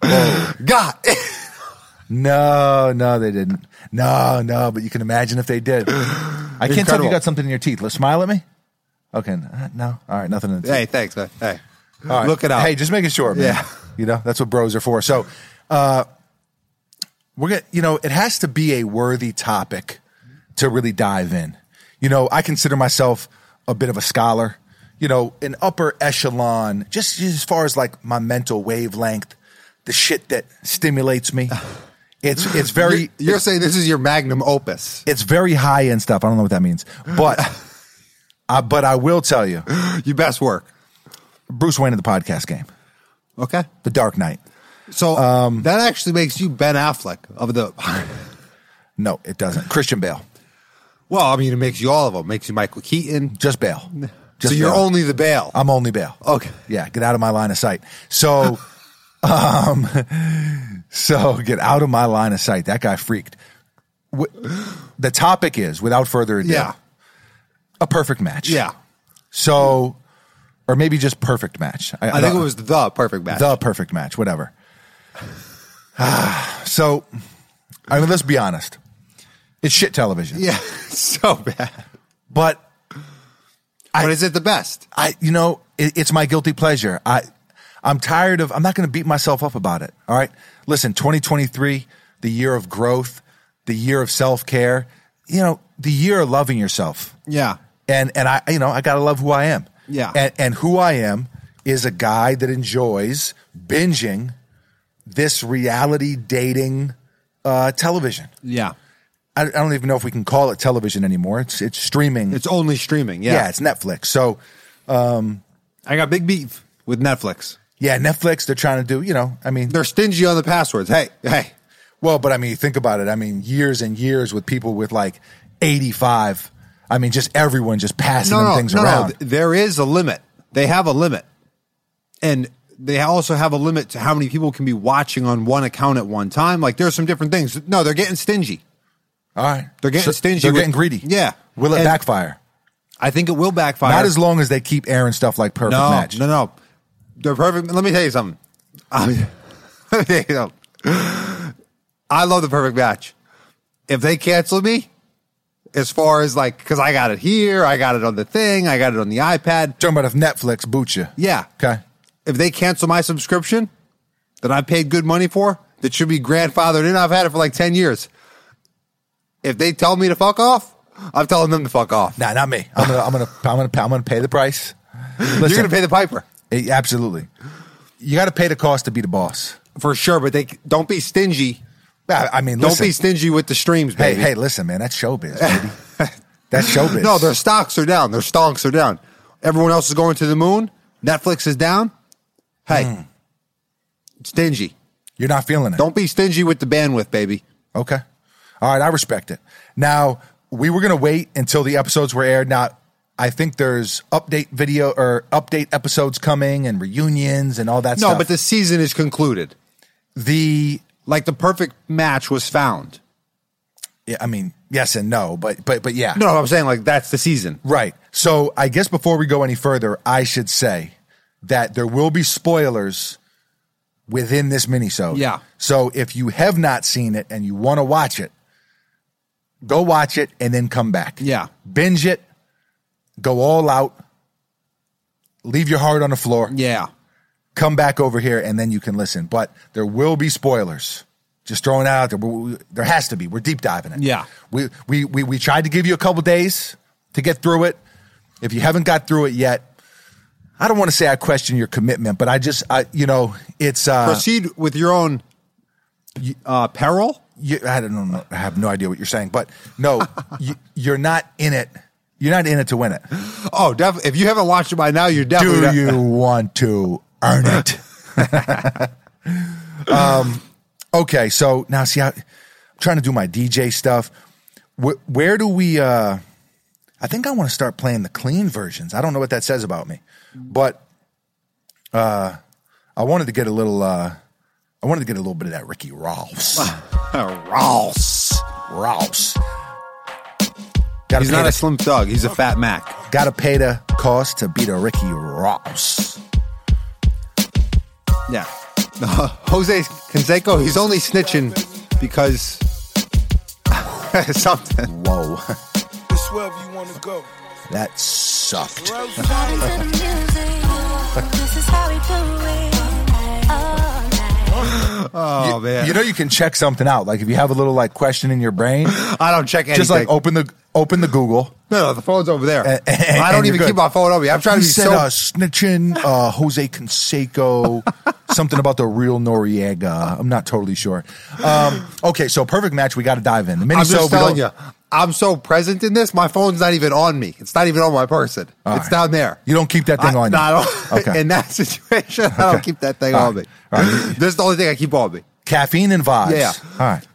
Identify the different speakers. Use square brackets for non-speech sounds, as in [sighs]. Speaker 1: God. [laughs]
Speaker 2: No, no, they didn't. No, no, but you can imagine if they did. I can't tell if
Speaker 1: Incredible.
Speaker 2: you got something in your teeth. Let's smile at me. Okay, n- no, all right, nothing in the teeth.
Speaker 1: hey, thanks, man. Hey,
Speaker 2: All right.
Speaker 1: look it up.
Speaker 2: Hey, just making sure. Man.
Speaker 1: Yeah.
Speaker 2: you know that's what bros are for. So, uh, we're gonna, you know, it has to be a worthy topic to really dive in. You know, I consider myself a bit of a scholar. You know, an upper echelon, just as far as like my mental wavelength, the shit that stimulates
Speaker 1: [laughs]
Speaker 2: me. It's it's very
Speaker 1: you're, you're saying this is your magnum opus.
Speaker 2: it's very high end stuff. I don't know what that means,
Speaker 1: [laughs]
Speaker 2: but I, but I will tell you,
Speaker 1: You best work.
Speaker 2: Bruce Wayne of the podcast game,
Speaker 1: Okay.
Speaker 2: The Dark Knight.
Speaker 1: So that actually makes you Ben Affleck of the. [laughs]
Speaker 2: No, it doesn't. Christian Bale,
Speaker 1: Well, I mean, it makes you all of them. It makes you Michael Keaton.
Speaker 2: just Bale. Just
Speaker 1: [laughs] so you're
Speaker 2: Bale.
Speaker 1: only Oh. the Bale.
Speaker 2: I'm only Bale.
Speaker 1: Okay.
Speaker 2: Yeah, get out of my line of sight. So, [laughs] um, so get out of my line of sight. That guy freaked. Wh- The topic is, without further ado,
Speaker 1: Yeah.
Speaker 2: a perfect match.
Speaker 1: Yeah.
Speaker 2: So, or maybe just perfect match.
Speaker 1: I think it was the perfect match.
Speaker 2: the perfect match, whatever. [sighs] so, I mean, let's be honest. It's shit television.
Speaker 1: yeah. [laughs] So bad.
Speaker 2: But
Speaker 1: but is it the best?
Speaker 2: I, you know, it, it's my guilty pleasure. I, I'm tired of. I'm not going to beat myself up about it. All right. Listen, 2023, the year of growth, the year of self care. You know, the year of loving yourself.
Speaker 1: Yeah.
Speaker 2: And and I, you know, I got to love who I am.
Speaker 1: Yeah.
Speaker 2: And and who I am is a guy that enjoys binging this reality dating uh, television.
Speaker 1: Yeah.
Speaker 2: I, I don't even know if we can call it television anymore. It's it's streaming.
Speaker 1: It's only streaming. Yeah.
Speaker 2: yeah, it's Netflix. So
Speaker 1: I got big beef with Netflix.
Speaker 2: yeah, Netflix. They're trying to do. You know, I mean,
Speaker 1: They're stingy on the passwords. Hey, hey.
Speaker 2: Well, but I mean, think about it. I mean, years and years with people with like 85. I mean, just everyone just passing
Speaker 1: No,
Speaker 2: them
Speaker 1: no,
Speaker 2: things
Speaker 1: no, no.
Speaker 2: around.
Speaker 1: There is a limit. They have a limit. And they also have a limit to how many people can be watching on one account at one time. Like there's some different things. No, they're getting stingy.
Speaker 2: All right.
Speaker 1: They're getting stingy
Speaker 2: They're
Speaker 1: with-
Speaker 2: getting greedy.
Speaker 1: Yeah.
Speaker 2: Will it
Speaker 1: And-
Speaker 2: backfire?
Speaker 1: I think it will backfire.
Speaker 2: Not as long as they keep airing stuff like Perfect
Speaker 1: no,
Speaker 2: Match.
Speaker 1: No, no, They're perfect. Let me tell you something. I, [laughs] let me tell you something. I love the perfect match. If they cancel me, as far as like, because I got it here, I got it on the thing, I got it on the iPad.
Speaker 2: Talking about if Netflix boots you.
Speaker 1: Yeah.
Speaker 2: Okay.
Speaker 1: If they cancel my subscription that I paid good money for, that should be grandfathered in, I've had it for like 10 years. If they tell me to fuck off, I'm telling them to fuck off.
Speaker 2: Nah, not me. I'm gonna, I'm gonna, I'm gonna, I'm gonna pay the price. Listen,
Speaker 1: You're going to pay the piper.
Speaker 2: eh, absolutely. You got to pay the cost to be the boss.
Speaker 1: For sure, but they don't be stingy
Speaker 2: I, I mean,
Speaker 1: Don't
Speaker 2: listen.
Speaker 1: be stingy with the streams,
Speaker 2: hey,
Speaker 1: baby.
Speaker 2: hey, listen, man. That's showbiz, baby. that's showbiz.
Speaker 1: [laughs] No, their stocks are down. Their stonks are down. Everyone else is going to the moon. Netflix is down. Hey, stingy.
Speaker 2: you're not feeling it.
Speaker 1: Don't be stingy with the bandwidth, baby.
Speaker 2: Okay. All right, I respect it. Now, we were going to wait until the episodes were aired. Now, I think there's update video or update episodes coming and reunions and all that
Speaker 1: No,
Speaker 2: stuff.
Speaker 1: but the season is concluded.
Speaker 2: the
Speaker 1: Like the perfect match was found.
Speaker 2: yeah, I mean, yes and no, but but but yeah.
Speaker 1: No, I'm saying like that's the season.
Speaker 2: Right. So, I guess before we go any further, I should say that there will be spoilers within this minisode.
Speaker 1: Yeah.
Speaker 2: So, if you have not seen it and you want to watch it, go watch it and then come back.
Speaker 1: Yeah.
Speaker 2: binge it, go all out, leave your heart on the floor,
Speaker 1: Yeah.
Speaker 2: come back over here, and then you can listen. But there will be spoilers. Just throwing that out there. We- we- There has to be. We're deep diving it.
Speaker 1: Yeah.
Speaker 2: We, we, we, we tried to give you a couple days to get through it. If you haven't got through it yet, I don't want to say I question your commitment, but I just, I, you know, it's, uh,
Speaker 1: Proceed with your own uh, peril.
Speaker 2: you, I don't know. I have no idea what you're saying, but no, [laughs] you, you're not in it. You're not in it to win it.
Speaker 1: Oh, def- if you haven't watched it by now, you're definitely
Speaker 2: Do
Speaker 1: not-
Speaker 2: you want to earn it? um, okay, so now see, I, I'm trying to do my DJ stuff. Where, where do we? Uh, I think I want to start playing the clean versions. I don't know what that says about me, but uh, I wanted to get a little. Uh, I wanted to get a little bit of that Ricky Ross.
Speaker 1: [laughs] Ah. Ross.
Speaker 2: Ross. Gotta
Speaker 1: He's
Speaker 2: pay
Speaker 1: not
Speaker 2: the-
Speaker 1: a slim thug. He's a fat Mac.
Speaker 2: gotta pay the cost to beat a Ricky Ross.
Speaker 1: Yeah. [laughs] Jose Canseco, he's only snitching because [laughs] something.
Speaker 2: Whoa, [laughs]
Speaker 3: It's wherever you want to go.
Speaker 2: that sucked.
Speaker 3: Wherever you
Speaker 4: Party to the music. This is how we do it. All night.
Speaker 1: Oh man,
Speaker 2: You know you can check something out. Like if you have a little like question in your
Speaker 1: [laughs]
Speaker 2: brain,
Speaker 1: I don't check anything.
Speaker 2: just like oh. open the open the Google.
Speaker 1: no, no, the phone's over there.
Speaker 2: and- and
Speaker 1: I don't
Speaker 2: you're
Speaker 1: even
Speaker 2: good.
Speaker 1: keep my phone over. me. I'm trying
Speaker 2: He
Speaker 1: to be
Speaker 2: said
Speaker 1: so.
Speaker 2: uh, snitching, uh, Jose Canseco, [laughs] something about the real Noriega. I'm not totally sure. Um, okay, so perfect match. We got to dive in. The
Speaker 1: I'm
Speaker 2: Minnesota-
Speaker 1: just
Speaker 2: we
Speaker 1: telling you,
Speaker 2: don't-
Speaker 1: I'm so present in this. My phone's not even on me. It's not even on my person.
Speaker 2: All
Speaker 1: it's
Speaker 2: right.
Speaker 1: down there.
Speaker 2: You don't keep that thing
Speaker 1: I-
Speaker 2: on.
Speaker 1: no,
Speaker 2: you.
Speaker 1: I don't.
Speaker 2: Okay.
Speaker 1: [laughs] In that situation, I don't keep that thing
Speaker 2: All
Speaker 1: on
Speaker 2: right.
Speaker 1: [laughs] me. This is the only thing I keep on me.
Speaker 2: Caffeine and vibes.
Speaker 1: Yeah.
Speaker 2: All right.